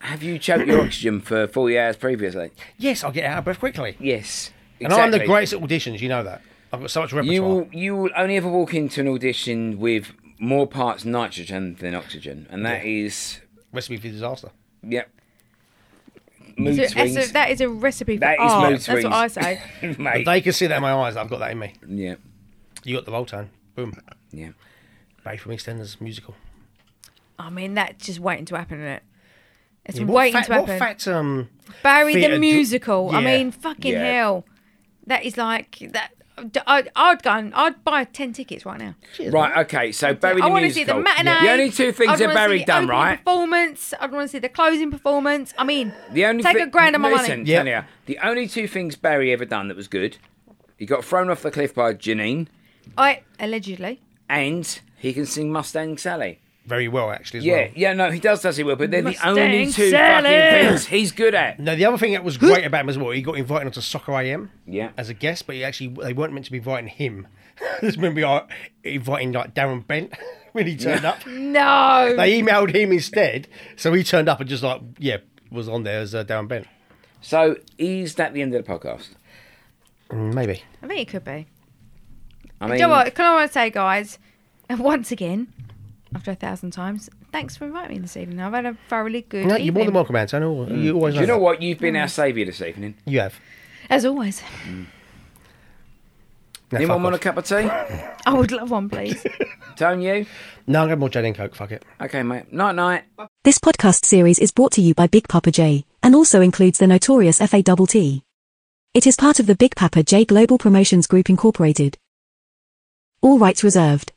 have you choked your oxygen for 40 hours previously?
Yes, I'll get out of breath quickly.
Yes.
And I'm the greatest at auditions, you know that. I've got so much repertoire.
You will, you will only ever walk into an audition with more parts nitrogen than oxygen, and that is,
Recipe for disaster.
yep. Mood
So that's
swings.
a, that is a recipe for
That is
art.
mood
That's what I say.
Mate.
They can see that in my eyes. I've got that in me.
yeah,
You got the roll tone. Boom.
yeah.
Barry from EastEnders musical.
I mean, that's just waiting to happen, isn't it? It's
Yeah,
waiting
what
to
fact,
happen.
what fact? Um,
Barry
theatre
the
dr-
musical. I
Yeah.
mean, fucking
Yeah.
hell. That is like that. I'd, I'd go. And, I'd buy ten tickets right now.
Right, okay, so Barry the
I want to see
musical.
the matinee.
The only two things
I'd
that
wanna
Barry
see the
done,
opening
right?
Performance. I'd want to see the closing performance. I mean,
The only
take
thi-
a grand of my
listen,
money.
Yeah.
Tanya, the only two things Barry ever done that was good, he got thrown off the cliff by Janine,
I allegedly.
and he can sing Mustang Sally.
very well, actually, as
Yeah,
well.
yeah, no, he does, does he? Will, but they're
Mustang
the only two
Sally!
fucking things he's good at.
No, the other thing that was great about him as well, he got invited onto Soccer AM
Yeah.
as a guest, but he actually they weren't meant to be inviting him. This meant to be uh, inviting like Darren Bent when he turned up.
No.
They emailed him instead, so he turned up and just like yeah was on there as uh, Darren Bent.
So is that the end of the podcast?
Mm, Maybe.
I think it could be.
I mean,
Do you know what? Can I want to say, guys, and once again, after a thousand times, thanks for inviting me this evening. I've had a thoroughly good
No,
evening.
you're more than welcome, Anton. Al- uh, You always
do you know
that.
what? You've been our saviour this evening.
you have.
As always,
No, fuck
Anyone want a
off.
cup of tea?
I would love one, please.
Tone you?
No, I'm going more Jane and Coke. Fuck it.
Okay, mate. Night, night.
This podcast series is brought to you by Big Papa J and also includes the notorious FAWT. It is part of the Big Papa J Global Promotions Group Incorporated. All rights reserved.